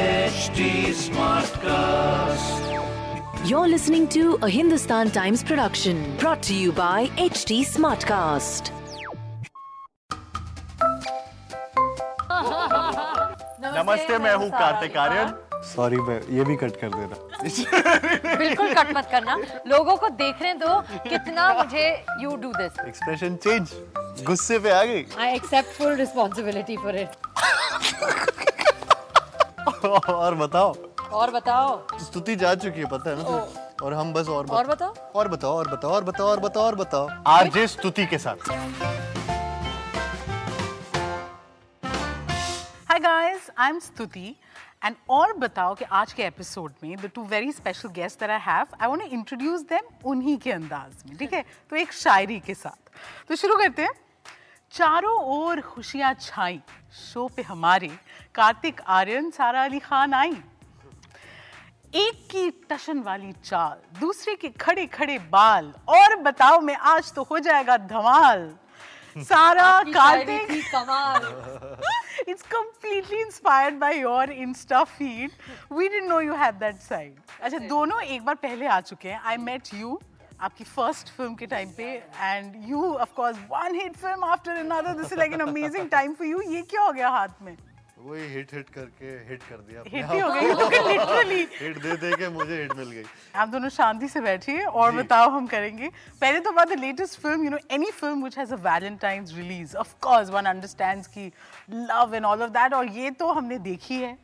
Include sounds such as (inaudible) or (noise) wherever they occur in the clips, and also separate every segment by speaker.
Speaker 1: HD Smartcast.
Speaker 2: You're listening to a Hindustan Times production brought to you by HT Smartcast.
Speaker 3: नमस्ते मैं हूँ Kartik Aaryan
Speaker 4: sorry मैं ये भी कट कर देना
Speaker 5: बिल्कुल कट मत करना लोगों को देखने दो
Speaker 3: (laughs)
Speaker 5: कितना मुझे you do this
Speaker 4: expression change गुस्से पे आ गई (laughs)
Speaker 5: I accept full responsibility for it
Speaker 4: और बताओ
Speaker 5: और बताओ
Speaker 4: स्तुति जा चुकी है पता है ना तुझे? और हम बस और बत-
Speaker 5: और बताओ।
Speaker 4: और बताओ और बताओ और बताओ और बताओ और बताओ आरजे स्तुति के साथ
Speaker 6: Hi guys, I'm Stuti. And और बताओ कि आज के एपिसोड में the two very special guest that I have, I want to introduce them उन्हीं के अंदाज में ठीक है तो एक शायरी के साथ तो शुरू करते हैं चारों ओर खुशियाँ छाई शो पे हमारे कार्तिक आर्यन सारा अली खान आई एक की टशन वाली चाल दूसरे के खड़े खड़े बाल और बताओ मैं आज तो हो जाएगा धमाल सारा कार्तिक
Speaker 5: कमाल
Speaker 6: it's completely inspired by your Insta feed. We didn't know you had that side. अच्छा दोनों एक बार पहले आ चुके हैं आई मेट यू आपकी फर्स्ट फिल्म के टाइम पे and you of course one hit film after another this is like an amazing time for you ये क्या हो गया हाथ में
Speaker 4: वही हिट हिट करके हिट कर दिया
Speaker 6: हिट ही हो गया लिटरली
Speaker 4: हिट दे दे के मुझे हिट मिल गई
Speaker 6: आप दोनों शांति से बैठिए और बताओ हम करेंगे पहले तो बात latest film you know any film which has a Valentine's release of course one understands की love and all of that और ये तो हमने देखी है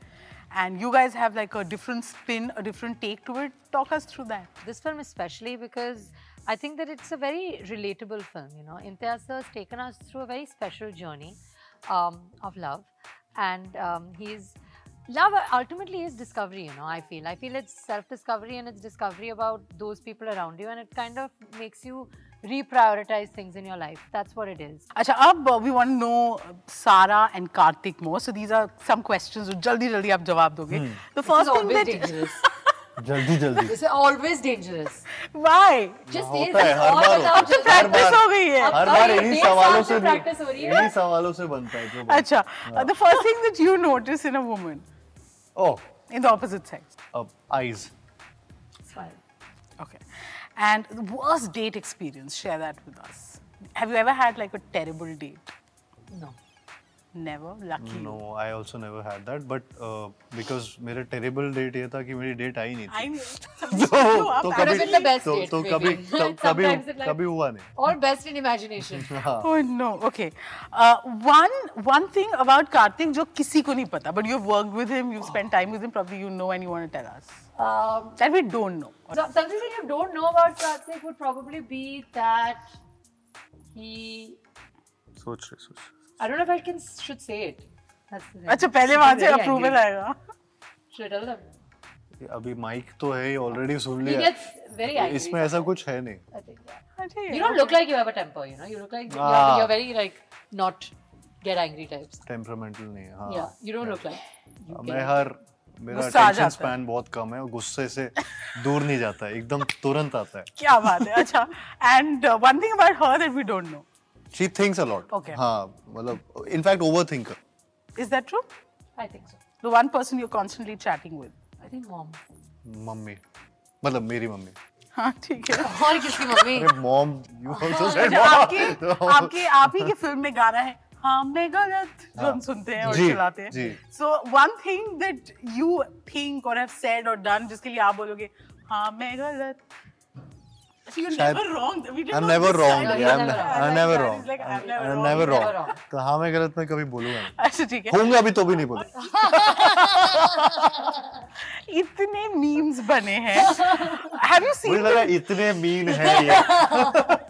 Speaker 6: and you guys have like a different spin a different take to it talk us through that
Speaker 5: this film especially because I think that it's a very relatable film. You know, Imtiaz sir has taken us through a very special journey um, of love, and um, he's love ultimately is discovery. You know, I feel I feel it's self-discovery and it's discovery about those people around you, and it kind of makes you reprioritize things in your life. That's what it is.
Speaker 6: अच्छा अब we want know Sara and Kartik more so these are some questions जो जल्दी जल्दी आप जवाब दोगे the first thing that
Speaker 4: जल्दी जल्दी
Speaker 5: It's always dangerous.
Speaker 6: Why
Speaker 5: Just
Speaker 4: होता है हर बार होता है। हर
Speaker 6: प्रैक्टिस हो
Speaker 4: बार
Speaker 6: गई है
Speaker 4: हर बार
Speaker 5: ये
Speaker 4: इन्हीं
Speaker 5: डेढ़ साल
Speaker 4: सवालों
Speaker 5: से
Speaker 4: से
Speaker 5: practice हो रही है।
Speaker 4: इन्हीं सवालों से बनता है जो बनता
Speaker 6: अच्छा the first thing that you notice in a woman
Speaker 4: है। Oh
Speaker 6: in the opposite sex.
Speaker 4: अब eyes
Speaker 6: Okay. And the worst date experience, share that with us. Have you ever had like a terrible date?
Speaker 5: No.
Speaker 6: Never. Lucky.
Speaker 4: No I also never had that but because मेरा terrible date ये था कि मेरी date आई नहीं थी
Speaker 6: I know.
Speaker 4: तो
Speaker 6: up
Speaker 4: तो
Speaker 6: and
Speaker 4: कभी
Speaker 5: it's the best
Speaker 4: तो,
Speaker 5: date,
Speaker 4: तो
Speaker 5: maybe.
Speaker 4: कभी तो, कभी
Speaker 5: Sometimes it like-
Speaker 4: कभी हुआ नहीं
Speaker 5: All best in imagination.
Speaker 6: Oh no. Okay. Uh, one one thing about Karthik, जो किसी को नहीं पता, but you've worked with him, you've spent time with him, probably you know and you want to tell us
Speaker 5: Um,
Speaker 6: that we don't know.
Speaker 5: So, something that you don't know about Karthik would probably be that he.
Speaker 4: सोच रहे सोच
Speaker 5: I don't know if I can should say it. That's the thing.
Speaker 6: अच्छा पहले वहाँ से
Speaker 5: Very
Speaker 6: approval
Speaker 5: angry.
Speaker 6: (laughs) आएगा.
Speaker 5: Should I tell them?
Speaker 4: रहे। अभी माइक तो है ही ऑलरेडी सुन
Speaker 5: He
Speaker 4: लिया
Speaker 5: gets very angry.
Speaker 4: इसमें ऐसा कुछ है नहीं
Speaker 5: I think, yeah.
Speaker 6: अच्छा
Speaker 5: You
Speaker 6: ये-
Speaker 5: don't look like you have a temper. You know, you look like
Speaker 4: Ah.
Speaker 5: you're, you're very like not get angry types.
Speaker 4: Temperamental नहीं है
Speaker 5: Yeah,
Speaker 4: हाँ
Speaker 5: you don't look like. You
Speaker 4: मैं
Speaker 5: get-
Speaker 4: हर मेरा
Speaker 6: गुस्सा आ
Speaker 4: attention
Speaker 6: जाता है।
Speaker 4: स्पैन बहुत कम है और गुस्से से दूर नहीं जाता है एकदम तुरंत आता है
Speaker 6: क्या बात है. अच्छा. And uh, one thing about her that we don't know.
Speaker 4: She thinks a lot
Speaker 6: Okay.
Speaker 4: हाँ मतलब in fact over thinker
Speaker 6: Is that true?
Speaker 5: I think so.
Speaker 6: The one person you're constantly chatting with. (laughs)
Speaker 5: I think mom.
Speaker 4: Mummy मतलब मेरी mummy
Speaker 6: हाँ ठीक है
Speaker 5: और किसकी मम्मी?
Speaker 4: अरे मॉम
Speaker 5: (laughs)
Speaker 4: यू आल्सो (laughs) सेड
Speaker 6: आपके आपके अच्छा, आप ही की फिल्म में गाना है हाँ मैं गलत जो हम सुनते हैं और
Speaker 4: हाँ। जी,
Speaker 6: चलाते
Speaker 4: जी।
Speaker 6: हैं so one thing that you think or have said or done जिसके लिए आप बोलोगे हाँ मैं गलत You're
Speaker 4: शायद-
Speaker 6: never wrong. We did
Speaker 4: I'm
Speaker 6: not
Speaker 4: never
Speaker 6: decide
Speaker 4: wrong.
Speaker 6: on
Speaker 4: Yeah, I'm,
Speaker 5: never
Speaker 6: that.
Speaker 4: I'm
Speaker 6: Like,
Speaker 4: never
Speaker 6: that
Speaker 4: wrong.
Speaker 6: is like, I'm
Speaker 4: I'm,
Speaker 6: never
Speaker 4: I'm
Speaker 6: wrong.
Speaker 4: never wrong.
Speaker 5: Never wrong.
Speaker 4: तो हाँ मैं गलत मैं कभी बोलूंगा नहीं।
Speaker 6: (laughs) अच्छा ठीक है
Speaker 4: होऊंगा भी तो भी नहीं बोलूंगा
Speaker 6: इतने मीम्स बने हैं
Speaker 4: (laughs)
Speaker 6: हैव यू
Speaker 4: मुझे
Speaker 6: सीन
Speaker 4: लगा इतने मीन है ये (laughs)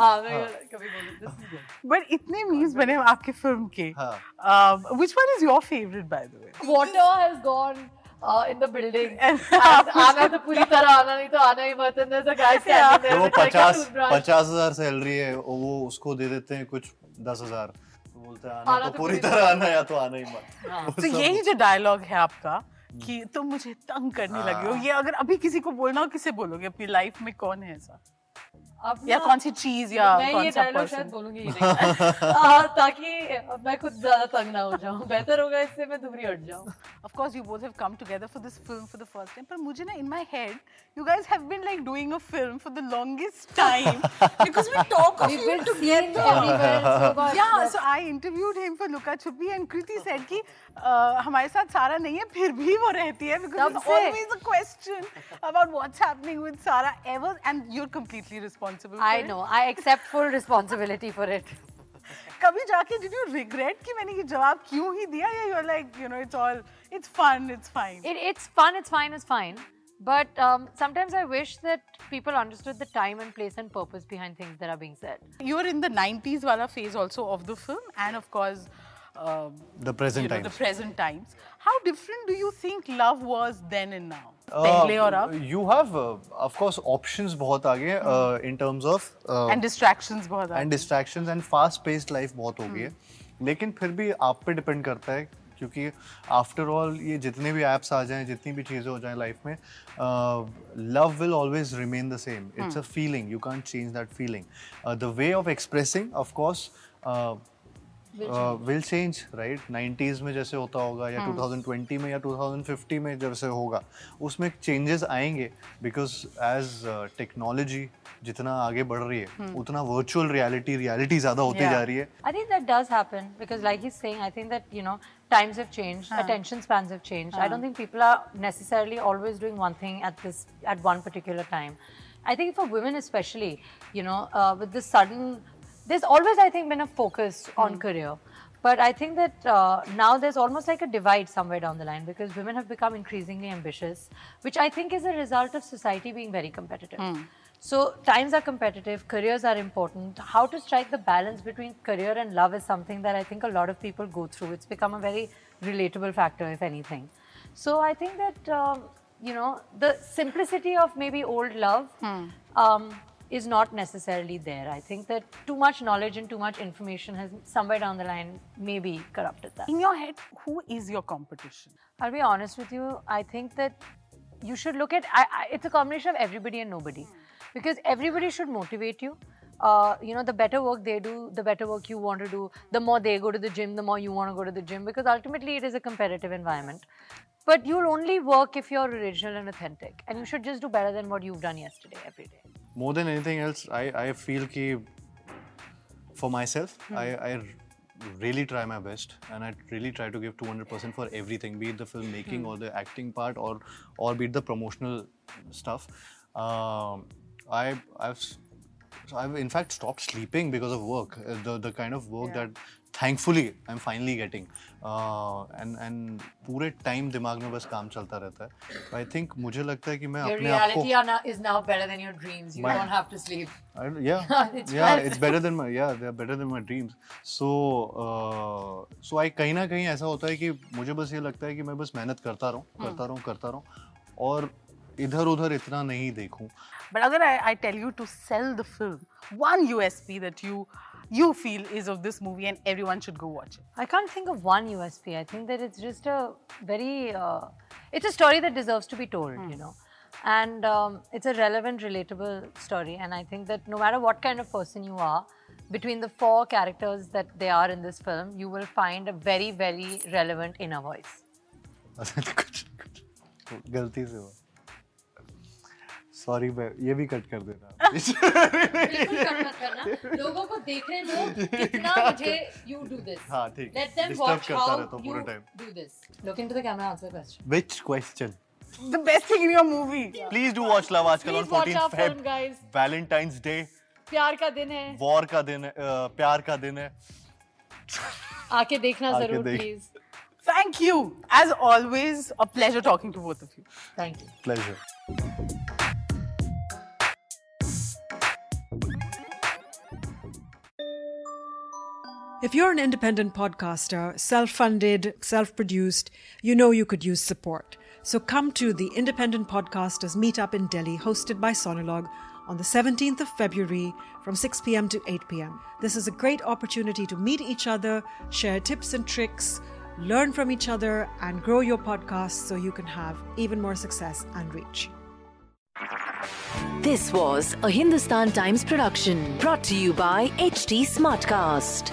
Speaker 5: हाँ, मैं कभी बोलूँ, this is good.
Speaker 6: बट इतने मीम्स बने हैं आपकी फिल्म के
Speaker 4: हाँ।
Speaker 6: Um, which one is your favourite by the way
Speaker 5: Water has gone uh, in the building.
Speaker 6: And-
Speaker 5: (laughs) And आना तो पूरी तरह आना नहीं तो आना ही मत And there's a (laughs) guy standing there
Speaker 4: तो वो
Speaker 5: with like a
Speaker 4: पचास
Speaker 5: toothbrush.
Speaker 4: पचास हजार सैलरी है और वो उसको दे देते हैं कुछ दस हजार तो बोलते हैं आना
Speaker 5: आना
Speaker 4: तो पूरी तरह आना या तो आना ही मत
Speaker 6: तो यही जो डायलॉग है आपका कि तुम हाँ। मुझे तंग करने लगे हो ये अगर अभी किसी को बोलना हो किसे बोलोगे अपनी लाइफ में कौन है ऐसा
Speaker 3: अब
Speaker 6: या
Speaker 3: ना-
Speaker 6: कौन सी चीज या
Speaker 3: मैं
Speaker 6: कौन
Speaker 3: ये
Speaker 6: सा
Speaker 3: डायलॉग शायद
Speaker 5: (laughs)
Speaker 6: person?
Speaker 3: बोलूंगी ही नहीं।
Speaker 5: Uh,
Speaker 3: आ, ताकि मैं खुद ज्यादा तंग ना हो जाऊं बेहतर होगा इससे मैं दूरी हट जाऊं
Speaker 6: Of course, you both have come together for this film for the first time. But मुझे ना in my head, you guys have been like doing a film for the longest time (laughs) because we talk of you together.
Speaker 4: (laughs)
Speaker 6: Yeah, so I interviewed him for Luka Chupi and Kriti said कि uh, हमारे साथ सारा नहीं है फिर भी वो रहती है because
Speaker 5: तब
Speaker 6: it's
Speaker 5: से।
Speaker 6: always a question about what's happening with Sara ever and you're completely responsible. for
Speaker 5: I
Speaker 6: it.
Speaker 5: know. I accept full responsibility for it.
Speaker 6: कभी जाके did you regret कि मैंने ये जवाब क्यों ही दिया या you're like you know it's all it's fun it's fine.
Speaker 5: it. It's fun. It's fine. It's fine. But um, sometimes I wish that people understood the time and place and purpose behind things that are being said.
Speaker 6: You were in the 90s wala phase also of the film, and of course, um,
Speaker 4: The present
Speaker 6: you know,
Speaker 4: times.
Speaker 6: The present times. How different do you think love was then and now?
Speaker 4: Uh,
Speaker 6: Pehle aur ab?
Speaker 4: you have, uh, of course, options बहुत आ गए uh, in terms of uh,
Speaker 6: And distractions बहुत
Speaker 4: and distractions and fast paced life बहुत हो गई है लेकिन फिर भी आप पे डिपेंड करता है क्योंकि आफ्टर ऑल ये जितने भी ऐप्स आ जाएं जितनी भी चीज़ें हो जाएं लाइफ में love will always remain the same it's a feeling you can't change that feeling the way of expressing of course Uh, will change right 90s में जैसे होता होगा या 2020 में या 2050 में जैसे होगा उसमें चेंजेस आएंगे बिकॉज एज टेक्नोलॉजी जितना आगे बढ़ रही है उतना वर्चुअल रियलिटी रियलिटी ज़्यादा होती
Speaker 6: Yeah.
Speaker 4: जा रही है
Speaker 5: I think that does happen because, like he's saying, I think that you know times have changed, attention spans have changed. I don't think people are necessarily always doing one thing at this at one particular time. I think for women especially, you know, uh, with this sudden, there's always I think been a focus on career, but I think that uh, now there's almost like a divide somewhere down the line because women have become increasingly ambitious, which I think is a result of society being very competitive. So times are competitive, careers are important. How to strike the balance between career and love is something that I think a lot of people go through. It's become a very relatable factor, if anything. So I think that um, you know the simplicity of maybe old love um, is not necessarily there. I think that too much knowledge and too much information has somewhere down the line maybe corrupted that.
Speaker 6: In your head, who is your competition?
Speaker 5: I'll be honest with you. I think that you should look at. I, I, it's a combination of everybody and nobody, because everybody should motivate you. Uh, you know, the better work they do, the better work you want to do. The more they go to the gym, the more you want to go to the gym, because ultimately it is a competitive environment. But you'll only work if you're original and authentic, and you should just do better than what you've done yesterday every day.
Speaker 4: more than anything else, I, I feel ki for myself, I, I r- really try my best and I really try to give 200% for everything, be it the filmmaking or the acting part or or be it the promotional stuff. Um, I, I've s- so I've in fact stopped sleeping because of work. uh, The the kind of work that thankfully I'm finally getting. Uh, and and पूरे time दिमाग में बस काम चलता रहता है. I think मुझे लगता है कि मैं अपने आप को
Speaker 5: is now better than your dreams. You
Speaker 4: My- don't
Speaker 5: have to sleep.
Speaker 4: (laughs) I don't, yeah, yeah,
Speaker 5: bad.
Speaker 4: it's better than my yeah, they're better than my dreams. So, uh, so I कहीं ना कहीं ऐसा होता है कि मुझे बस ये लगता है कि मैं बस मेहनत करता रहूँ, करता रहूँ, करता रहूँ, और इधर उधर इतना नहीं देखूँ.
Speaker 6: But अगर I, I tell you to sell the film, one USP that you you feel is of this movie and everyone should go watch it.
Speaker 5: I can't think of one USP. I think that it's just a very, uh, it's a story that deserves to be told,
Speaker 4: Hmm.
Speaker 5: you know. And um, it's a relevant, relatable story. And I think that no matter what kind of person you are, between the four characters that they are in this film, you will find a very, very relevant inner voice.
Speaker 4: कुछ कुछ (laughs) गलती से हुआ. Sorry, मैं ये भी cut कर देना.
Speaker 5: लोगों को देखने दो
Speaker 4: (laughs)
Speaker 5: कितना मुझे you do this.
Speaker 4: हाँ, ठीक.
Speaker 5: Let them
Speaker 4: Disturb
Speaker 5: watch
Speaker 4: करता
Speaker 5: how
Speaker 4: रहता हूँ पूरे
Speaker 5: you
Speaker 4: time.
Speaker 5: do this. Look into the camera, answer the question.
Speaker 4: Which question?
Speaker 6: The best thing in your movie.
Speaker 4: (laughs) Please do watch Love आजकल on
Speaker 5: Please watch our
Speaker 4: 14th
Speaker 5: film,
Speaker 4: Feb.
Speaker 5: guys.
Speaker 4: Valentine's Day,
Speaker 5: प्यार का दिन है.
Speaker 4: War का दिन है, अ, प्यार का दिन है.
Speaker 5: आके देखना
Speaker 4: आके
Speaker 5: जरूर
Speaker 4: देख-
Speaker 5: please
Speaker 6: Thank you. As always, a pleasure talking to both of you.
Speaker 5: Thank you
Speaker 4: Pleasure.
Speaker 7: If you're an independent podcaster, self funded, self produced, you know you could use support. So come to the Independent Podcasters Meetup in Delhi, hosted by Sonologue, on the 17th of February from 6 pm to 8 pm. This is a great opportunity to meet each other, share tips and tricks, learn from each other, and grow your podcast so you can have even more success and reach.
Speaker 2: This was a Hindustan Times production brought to you by HT Smartcast.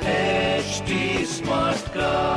Speaker 1: HD Smartcast.